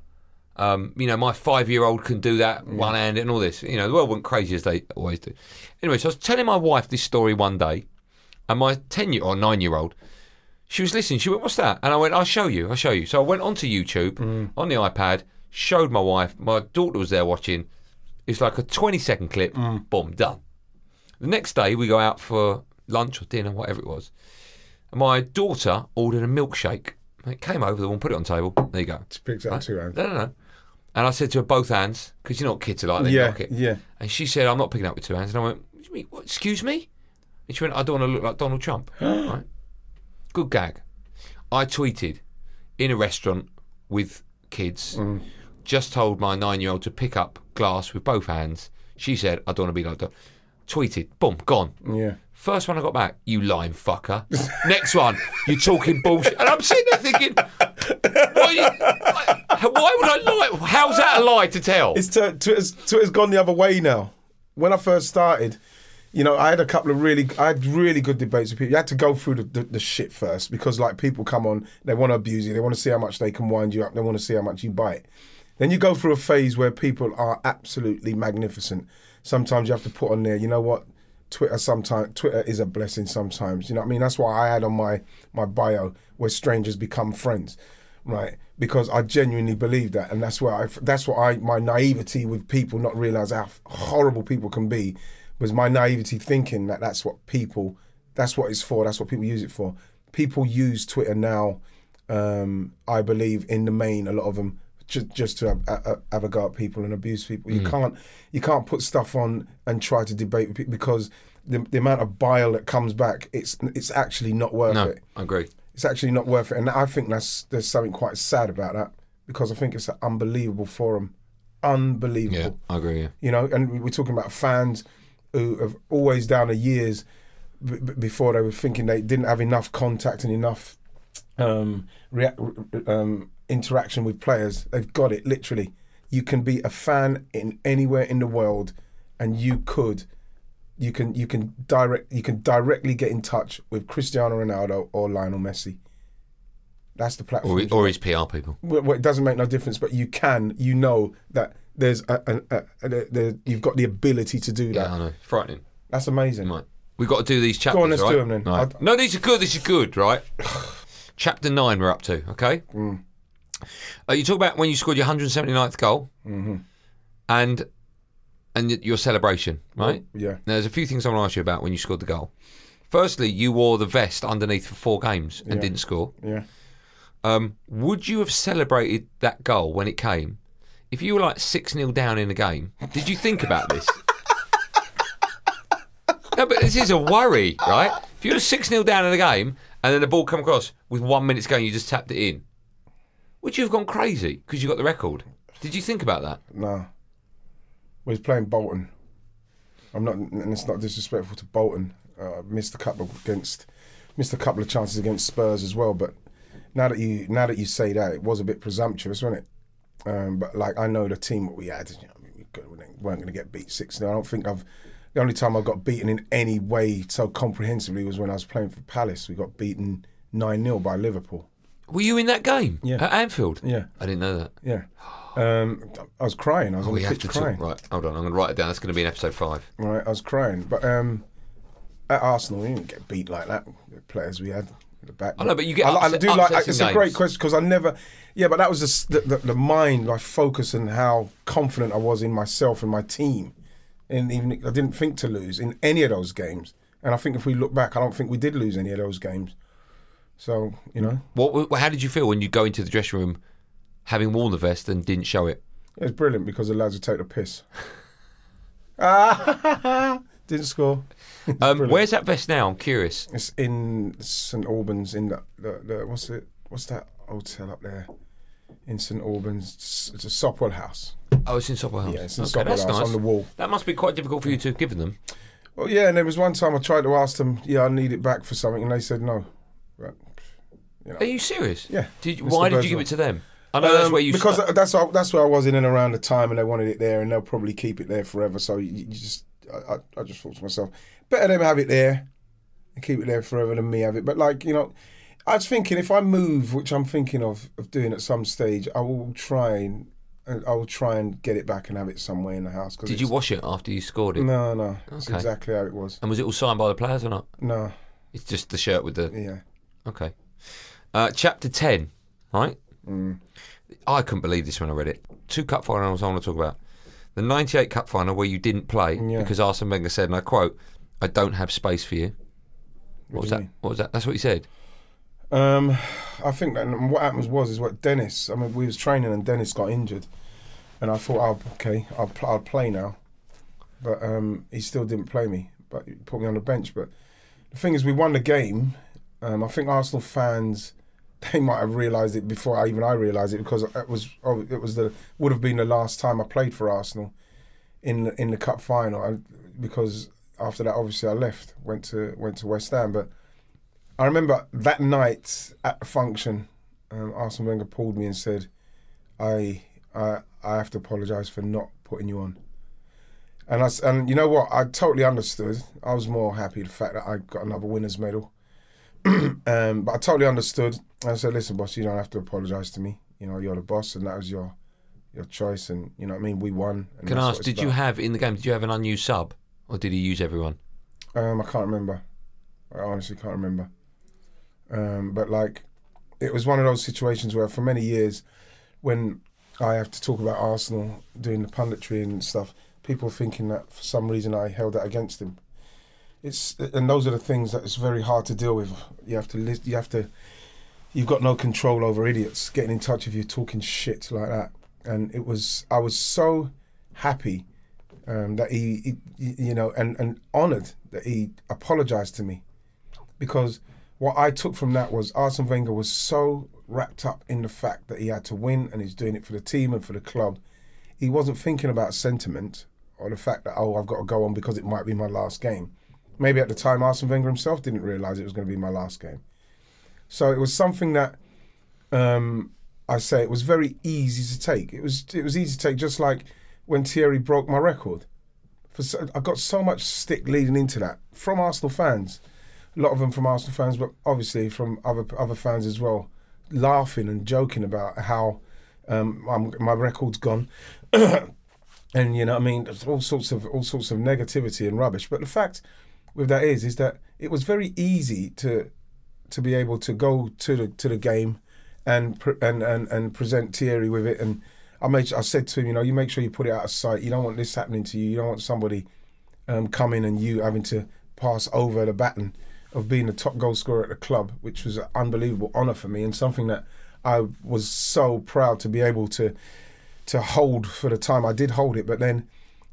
Um, you know, my five year old can do that one hand and all this. You know, the world went crazy as they always do. Anyway, so I was telling my wife this story one day, and my ten year or nine year old she was listening. She went, "What's that?" And I went, "I'll show you. I'll show you." So I went onto YouTube on the iPad, showed my wife. My daughter was there watching. It's like a twenty-second clip. Boom, done. The next day we go out for lunch or dinner, whatever it was, My daughter ordered a milkshake. It came over the one, put it on the table. There you go.
Just picks up two hands.
No, no, no. And I said to her, both hands, because you know what kids are like, they
Yeah,
knock it.
yeah.
And she said, I'm not picking up with two hands. And I went, what do you mean? What, excuse me? And she went, I don't want to look like Donald Trump. right? Good gag. I tweeted in a restaurant with kids,
Mm.
just told my nine year old to pick up glass with both hands. She said, I don't want to be like Donald. Tweeted, boom, gone.
Yeah.
First one I got back, you lying fucker. Next one, you're talking bullshit. And I'm sitting there thinking, why, you, why, why would I lie? How's that a lie to tell?
It's t- Twitter's, Twitter's gone the other way now. When I first started, you know, I had a couple of really, I had really good debates with people. You had to go through the, the, the shit first because, like, people come on, they want to abuse you, they want to see how much they can wind you up, they want to see how much you bite. Then you go through a phase where people are absolutely magnificent. Sometimes you have to put on there, you know what? Twitter sometimes Twitter is a blessing sometimes. You know what I mean? That's why I had on my my bio where strangers become friends, right? Because I genuinely believe that, and that's where I that's what I my naivety with people not realize how horrible people can be was my naivety thinking that that's what people that's what it's for. That's what people use it for. People use Twitter now. Um, I believe in the main, a lot of them just just to have, have, have a go at people and abuse people.
Mm.
You can't you can't put stuff on and try to debate with people because the, the amount of bile that comes back, it's it's actually not worth
no,
it.
I agree.
It's actually not worth it, and I think that's there's something quite sad about that because I think it's an unbelievable forum, unbelievable
Yeah, I agree. Yeah.
you know, and we- we're talking about fans who have always down the years b- b- before they were thinking they didn't have enough contact and enough um, rea- um, interaction with players. They've got it literally. You can be a fan in anywhere in the world, and you could, you can, you can direct, you can directly get in touch with Cristiano Ronaldo or Lionel Messi. That's the platform.
Or, or his PR people.
well, well, it doesn't make no difference, but you can, you know that there's a, a, a, a, there- you've got the ability to do that.
Yeah, I know. Frightening.
That's amazing.
Right. We've got to do these chapters.
Go on, let's
right?
do 'em then.
Right.
I'd-
No, these are good. This is good, right? Chapter 9, we're up to, okay?
Mm.
Uh, you talk about when you scored your 179th goal
Mm-hmm.
and and y- your celebration, right?
Yeah.
Now, there's a few things I want to ask you about when you scored the goal. Firstly, you wore the vest underneath for four games and didn't score.
Yeah.
Um, would you have celebrated that goal when it came? If you were like 6 0 down in a game, did you think about this? no, but this is a worry, right? If you were 6 0 down in a game and then the ball come across with one minute to go and you just tapped it in, would you have gone crazy because you got the record? Did you think about that?
No. We was playing Bolton. I'm not, and it's not disrespectful to Bolton. Uh, missed a couple against, missed a couple of chances against Spurs as well. But now that you now that you say that, it was a bit presumptuous, wasn't it? Um, but like I know the team that we had, you know, we could- we weren't going to get beat six. Now I don't think I've. The only time I got beaten in any way so comprehensively was when I was playing for Palace. We got beaten nine 0 by Liverpool.
Were you in that game
Yeah.
at Anfield?
Yeah,
I didn't know that.
yeah. Um, I was crying. I was on
Oh, We
the
have
pitch
to
crying.
talk. Right, hold on. I'm going to write it down. That's going to be in episode five.
Right, I was crying. But um, at Arsenal, we didn't get beat like that. The players we had at the back.
I know, but you get upset-
do like.
upsets in
It's a great
games.
question because I never. Yeah, but that was just the, the, the mind, my focus, and how confident I was in myself and my team. And even I didn't think to lose in any of those games. And I think if we look back, I don't think we did lose any of those games. So you know,
What, how did you feel when you go into the dressing room having worn the vest and didn't show it?
it's brilliant because the lads would take the piss. Ah, didn't score.
Um, where's that vest now? I'm curious.
It's in St Albans in the, the, the what's it what's that hotel up there in St Albans? It's a Sopwell House.
Oh, it's in Sopwell House.
Yeah, it's in
okay,
Sopwell
that's
House
nice.
on the wall.
That must be quite difficult for you to have given them.
Well, yeah, and there was one time I tried to ask them, yeah, I need it back for something, and they said no. Right.
Are you serious?
Yeah,
Did
Mr.
why did you give
Bergeron.
it to them? I know that's
Um,
where you
because
sta-
that's where, that's where I was in and around the time, and they wanted it there, and they'll probably keep it there forever. So you, you just, I, I, I just thought to myself, better them have it there and keep it there forever than me have it. But like you know, I was thinking if I move, which I'm thinking of of doing at some stage, I will try and and I will try and get it back and have it somewhere in the house. 'cause
did you
it's-
wash it after you scored it?
No, no, that's
Okay.
exactly how it was.
And was it all signed by the players or not?
No,
It's just the shirt with the
yeah,
okay. Uh, chapter ten, right?
Mm.
I couldn't believe this when I read it. Two cup finals I want to talk about. The '98 cup final where you didn't play
Yeah.
because Arsene Wenger said, and I quote, "I don't have space for you." What, was that? What was that? That's what he said.
Um, I think that and what happens was is what Dennis. I mean, we was training and Dennis got injured, and I thought, oh, okay, I'll pl- I'll play now, but um, he still didn't play me. But he put me on the bench. But the thing is, we won the game. Um, I think Arsenal fans they might have realised it before I, even I realised it because it was oh, it was the would have been the last time I played for Arsenal in the- in the cup final I, because after that obviously I left went to went to West Ham but I remember that night at a function um, Arsene Wenger pulled me and said I I I have to apologise for not putting you on and I s- and you know what I totally understood I was more happy the fact that I got another winners medal um, but I totally understood. I said, "Listen, boss, you don't have to apologise to me. You know, you're the boss, and that was your your choice. And you know what I mean. We won." And that's
Can I
what
ask,
it's
did you
about.
have in the game? Did you have an unused sub, or did he use everyone?
Um, I can't remember. I honestly can't remember. Um, but like, it was one of those situations where, for many years, when I have to talk about Arsenal doing the punditry and stuff, people thinking that for some reason I held that against him. It's and those are the things that it's very hard to deal with. You have to li- you have to you've got no control over idiots getting in touch with you talking shit like that. And it was I was so happy um, that he, he, you know, and, and honoured that he apologised to me. Because what I took from that was Arsene Wenger was so wrapped up in the fact that he had to win and he's doing it for the team and for the club. He wasn't thinking about sentiment or the fact that, oh, I've got to go on because it might be my last game. Maybe at the time, Arsene Wenger himself didn't realise it was going to be my last game. So it was something that um, I say it was very easy to take. It was it was easy to take, just like when Thierry broke my record. For so, I got so much stick leading into that from Arsenal fans, a lot of them from Arsenal fans, but obviously from other other fans as well, laughing and joking about how um, I'm, my record's gone, and you know what I mean there's all sorts of all sorts of negativity and rubbish. But the fact with that is is that it was very easy to to be able to go to the to the game and pr- and and, and present Thierry with it. And I made I said to him, you know, you make sure you put it out of sight. You don't want this happening to you. You don't want somebody um, coming and you having to pass over the baton of being the top goal scorer at the club, which was an unbelievable honour for me and something that I was so proud to be able to to hold for the time I did hold it. But then,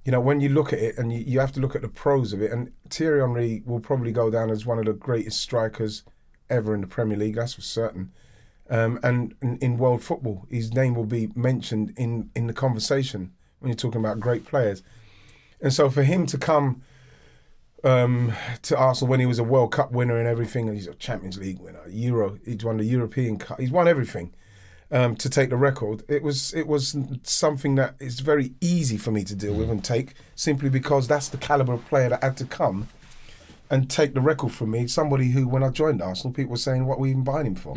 you know, when you look at it and you, you have to look at the pros of it, and Thierry Henry will probably go down as one of the greatest strikers ever in the Premier League, that's for certain. Um, and in, in world football, his name will be mentioned in, in the conversation when you're talking about great players. And so for him to come um, to Arsenal when he was a World Cup winner and everything, and he's a Champions League winner, Euro, he's won the European Cup, he's won everything um, to take the record. It was it was something that is very easy for me to deal with and take simply because that's the caliber of player that had to come and take the record from me. Somebody who, when I joined Arsenal, people were saying, "What are we even buying him for?"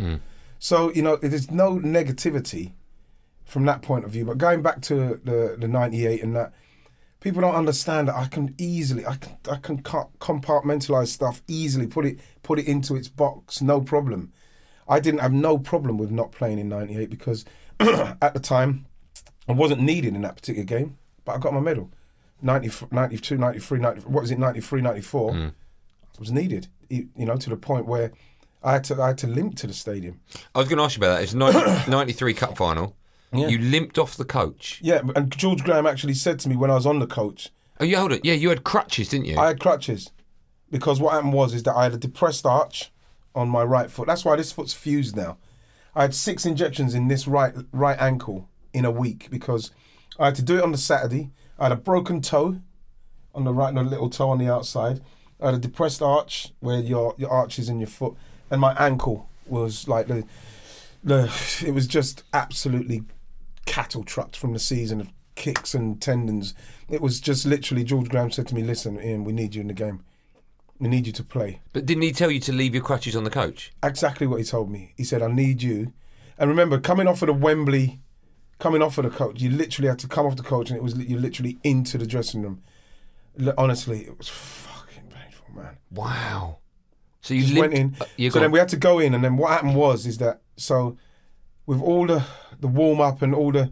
So you know, there's no negativity from that point of view. But going back to the the '98 and that, people don't understand that I can easily, I can, I can ca- compartmentalize stuff easily. Put it put it into its box, no problem. I didn't have no problem with not playing in '98 because at the time I wasn't needed in that particular game, but I got my medal. 90, 92, 93, 90, what was it, 93, 94 was needed, you you know, to the point where I had to I had to limp to the stadium.
I was going to ask you about that. It's 90, 93 cup final.
Yeah.
You limped off the coach.
Yeah, and George Graham actually said to me when I was on the coach,
Oh, you hold it. Yeah, you had crutches, didn't you?
I had crutches because what happened was is that I had a depressed arch on my right foot. That's why this foot's fused now. I had six injections in this right right ankle in a week because I had to do it on the Saturday. I had a broken toe on the right, and a little toe on the outside. I had a depressed arch where your your arch is in your foot, and my ankle was like the the it was just absolutely cattle trucked from the season of kicks and tendons. It was just literally George Graham said to me, "Listen, Ian, we need you in the game. We need you to play."
But didn't he tell you to leave your crutches on the coach?
Exactly what he told me. He said, "I need you." And remember, coming off of the Wembley, coming off of the coach, you literally had to come off the coach, and it was you literally into the dressing room. L- Honestly, it was fucking painful, man.
Wow. So you
Just
limped,
went in.
uh, you
so
got-
then we had to go in, and then what happened was is that so with all the the warm up and all the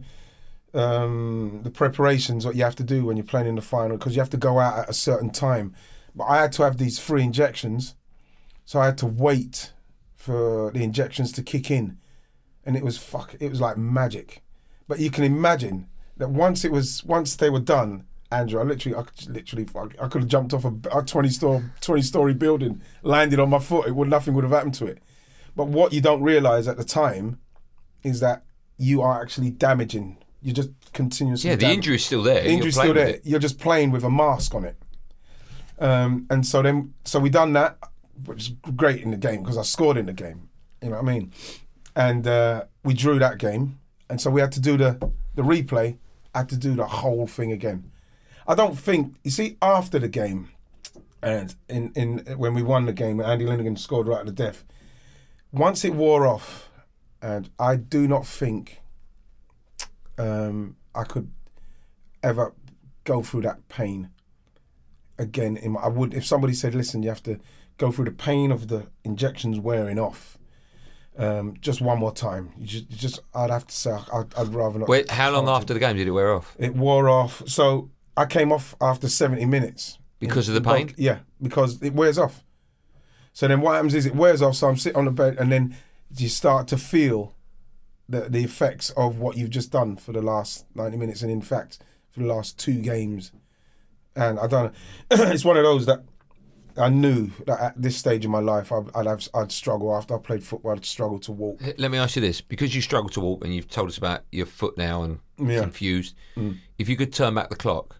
um, the preparations what you have to do when you're playing in the final because you have to go out at a certain time. But I had to have these three injections, so I had to wait for the injections to kick in, and it was fuck. It was like magic. But you can imagine that once it was once they were done, Andrew, I literally, I could- literally, fuck, I could have jumped off a, a twenty store, twenty story building, landed on my foot. It would nothing would have happened to it. But what you don't realize at the time is that you are actually damaging. You're just continuously
Yeah, the
damaging
injury's still there.
the
You're
injury's
playing
still
with
there.
it.
You're just playing with a mask on it. Um, and so then, so we done that, which is great in the game because I scored in the game. You know what I mean? And uh, we drew that game, and so we had to do the the replay. I had to do the whole thing again. I don't think you see after the game, and in in when we won the game, Andy Linnigan scored right at the death. Once it wore off, and I do not think um, I could ever go through that pain again. In my, I would if somebody said, "Listen, you have to go through the pain of the injections wearing off." Um, just one more time. You just, you just, I'd have to say, I- I'd, I'd rather not.
Wait, how long
Can't
after the game did it wear off?
It wore off. So I came off after 70 minutes.
Because of the
Bug-
pain?
yeah, because it wears off. So then what happens is it wears off. So I'm sitting on the bed and then you start to feel the, the effects of what you've just done for the last 90 minutes. And in fact, for the last two games. And I don't know. it's one of those that I knew that at this stage of my life, I'd, I'd, have, I'd struggle. After I played football, I'd struggle to walk.
H- Let me ask you this: because you struggle to walk and you've told us about your foot now and Mm.
Yeah.
confused, if you could turn back the clock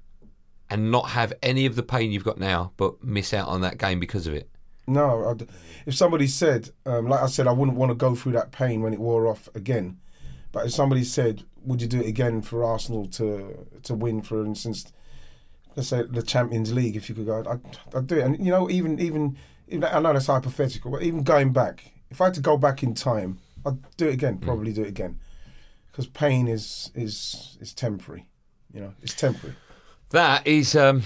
and not have any of the pain you've got now, but miss out on that game because of it,
No, I'd, if somebody said, um, like I said, I wouldn't want to go through that pain when it wore off again. But if somebody said, "Would you do it again for Arsenal to to win, for instance, let's say the Champions League? If you could go, I'd, I'd do it." And you know, even even even I know that's hypothetical, but even going back, if I had to go back in time, I'd do it again. Probably do it again, because pain is is is temporary. You know, it's temporary.
that is um,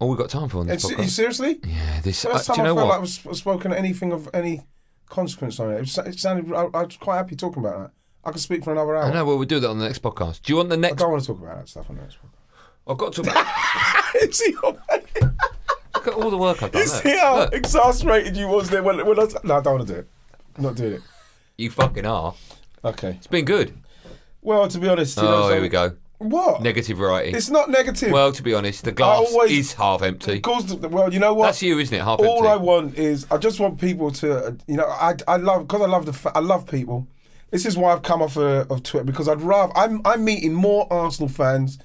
all we've got time for on
And
this
se-
podcast.
seriously,
yeah, this.
So
Uh,
Last
do
time
you
I
know
felt
what?
like I was sp- spoken anything of any consequence on it. It, was, it sounded. I, I was quite happy talking about that. I could speak for another hour.
I
I,
know. Well, we'll do that on the next podcast. Do you want the next?
don't want to talk about that stuff on this one.
I've got to look
See how,
at all the work I've done. Look,
see how
look,
exasperated you was there when, when I was, No, I don't want to do it. I'm not doing it.
you fucking are.
Okay.
It's been good.
Well, to be honest, you know,
Oh,
so-
here we go.
What?
Negative variety.
it's not negative.
well, to be honest, the glass
always-
is half empty.
Of course, the- well, you know what?
That's you, isn't it? Half
all
empty.
I want is I just want people to uh, you know I I love because I love the fa- I love people. This is why I've come off uh, of Twitter because I'd rather I'm I'm meeting more Arsenal fans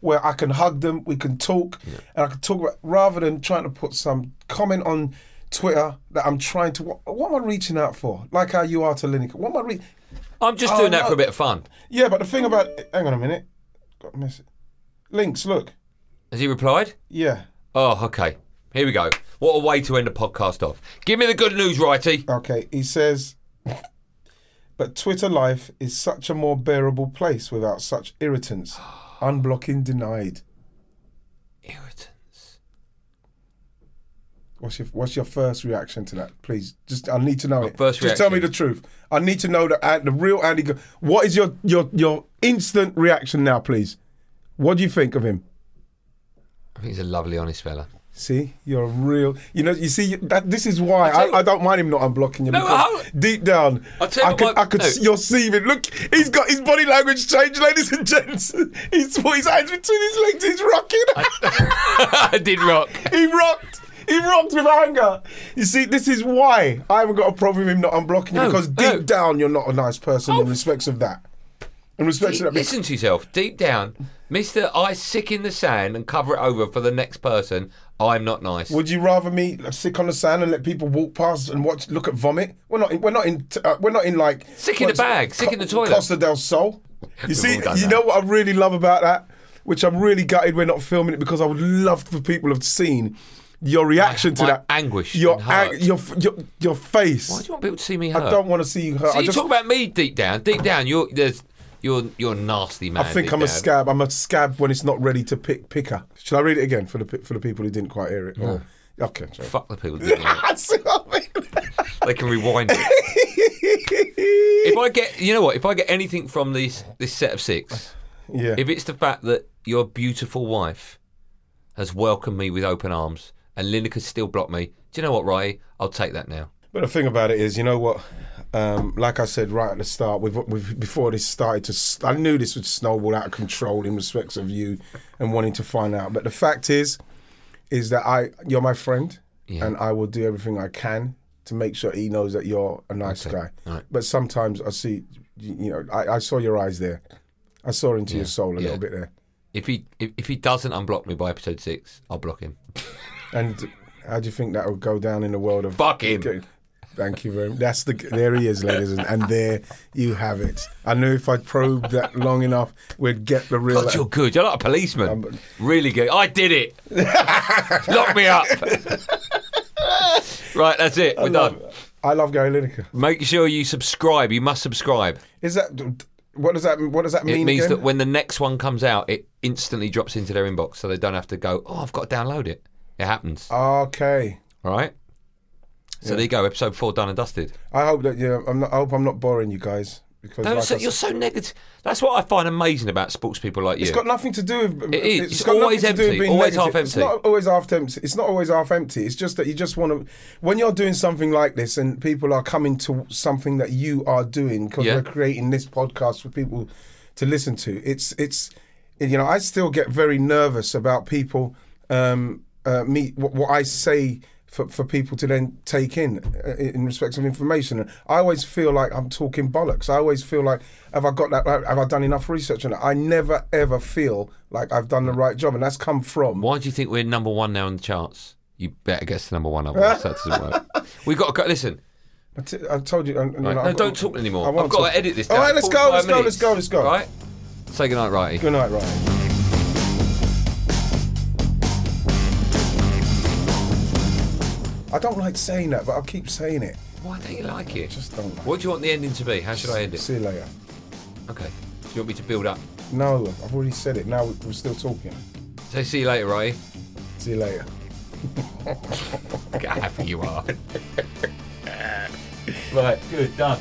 where I can hug them, we can talk, and I can talk about rather than trying to put some comment on Twitter that I'm trying to what, what am I reaching out for? Like how you are to Lineker. What am I re-
I'm just
Oh,
doing that
no.
for a bit of fun.
Yeah, but the thing about hang on a minute, got a message. Links, look,
Has he replied?
yeah,
Oh, okay. Here we go. What a way to end the podcast off. Give me the good news, righty.
Okay, he says, but Twitter life is such a more bearable place without such irritants. Unblocking denied.
Irritants.
What's your What's your first reaction to that? Please, just I need to know it.
first
just tell me
reaction?
the truth. I need to know the uh, the real Andy. Go- what is your your your instant reaction now, please? What do you think of him?
I think he's a lovely, honest fella.
See, you're a real. You know, you see that. This is why
tell you-
I, I don't mind him not unblocking you.
No,
because deep down,
I'll tell you
I
what
could,
my-
I could.
no.
see You're seething. Look, he's got his body language changed, ladies and gents. He's put his hands between his legs. He's rocking.
I did rock.
he rocked. He rocked with anger. You see, this is why I haven't got a problem with him not unblocking you
No,
because deep
no. Oh.
down, you're not a nice person in respects of that. In respects of that,
Listen to yourself. Deep down, Mr. I sick in the sand and cover it over for the next person. I'm not nice.
Would you rather me sick on the sand and let people walk past and watch, look at vomit? We're not. In, we're not in. Uh, we're not in like
Sick in the
what's-
bag, sick in the toilet.
Costa del Sol. You see, you
all done that.
know what I really love about that, which I'm really gutted we're not filming it because I would love for people to have seen your reaction to
my
that
anguish
your
and hurt.
your your your face.
Why do you want people to see me hurt?
I don't want to see you hurt.
so
I
you
just
talk about me deep down. Deep down, you're there's you're you're a nasty man.
I think
deep
I'm a
down.
scab. I'm a scab when it's not ready to pick picker. Shall I read it again for the pe- for the people who didn't quite hear it? Or- Okay. sorry.
Fuck the people. Deep down.
I see what I
they can rewind it.
mean.
if I get, you know what? If I get anything from this this set of six,
Yeah.
if it's the fact that your beautiful wife has welcomed me with open arms and Lineker's still blocked me, do you know what, Ray? I'll take that now.
But the thing about it is, you know what? Um, like I said right at the start, we've, we've, before this started to, s- I knew this would snowball out of control in respects of you and wanting to find out. But the fact is, is that I, you're my friend,
Yeah.
and I will do everything I can to make sure he knows that you're a nice guy.
All right.
But sometimes I see, you you know, I, I saw your eyes there. I saw into your soul a
yeah.
little bit there.
If he if, if he doesn't unblock me by episode six, I'll block him.
And how do you think that will go down in the world of
Fuck him.
Okay. Thank you very much. That's the there he is, ladies, and, and there you have it. I knew if I probed that long enough, we'd get the real.
God, you're good. You're like a policeman. really good. I did it. Lock me up. right, that's it. We're done.
Oh, I love Gary Lineker.
Make sure you subscribe. You must subscribe.
Is that what does that what does that
It
mean?
means
again?
that when the next one comes out, it instantly drops into their inbox, so they don't have to go. Oh, I've got to download it. It happens.
Uh, okay.
All right. So there you go. Episode four done and dusted.
I hope that you. I'm not. I hope I'm not boring you guys because
Don't
like
so,
I
you're
said,
so negative. That's what I find amazing about sports people like you.
it's got nothing to do with.
It is. It's
got nothing
always
to do with
empty,
being
always
negative.
half
It's
empty.
not always half empty. It's not always half empty. It's just that you just want to. When you're doing something like this, and people are coming to something that you are doing because
Yeah.
we're creating this podcast for people to listen to. It's it's, you know, I still get very nervous about people. Um, uh, me what, what I say. For, for people to then take in uh, in respects of information, I always feel like I'm talking bollocks. I always feel like have I got that? Have I done enough research on it? I never ever feel like I've done the right job, and that's come from
Why do you think we're number one now on the charts? You better guess the number one. Otherwise, that doesn't work. We got to go. Listen,
I t- I told you. I, you know,
right, no,
I've got-
don't talk anymore.
I
I've
won't
got
talk.
to edit this.
All
down
right, let's go.
45
Let's go. Let's
minutes.
go. Let's go.
Right. Say goodnight, righty.
Good night, Ryan. I don't like saying that, but I'll keep saying it.
Why don't you like it?
Just don't like
What do you want the ending to be? How should I end it?
See you later.
Okay. Do you want me to build up?
No, I've already said it. Now we- we're still talking.
Say see you later, righty.
See you later.
Look how happy you are. right. Good. Done.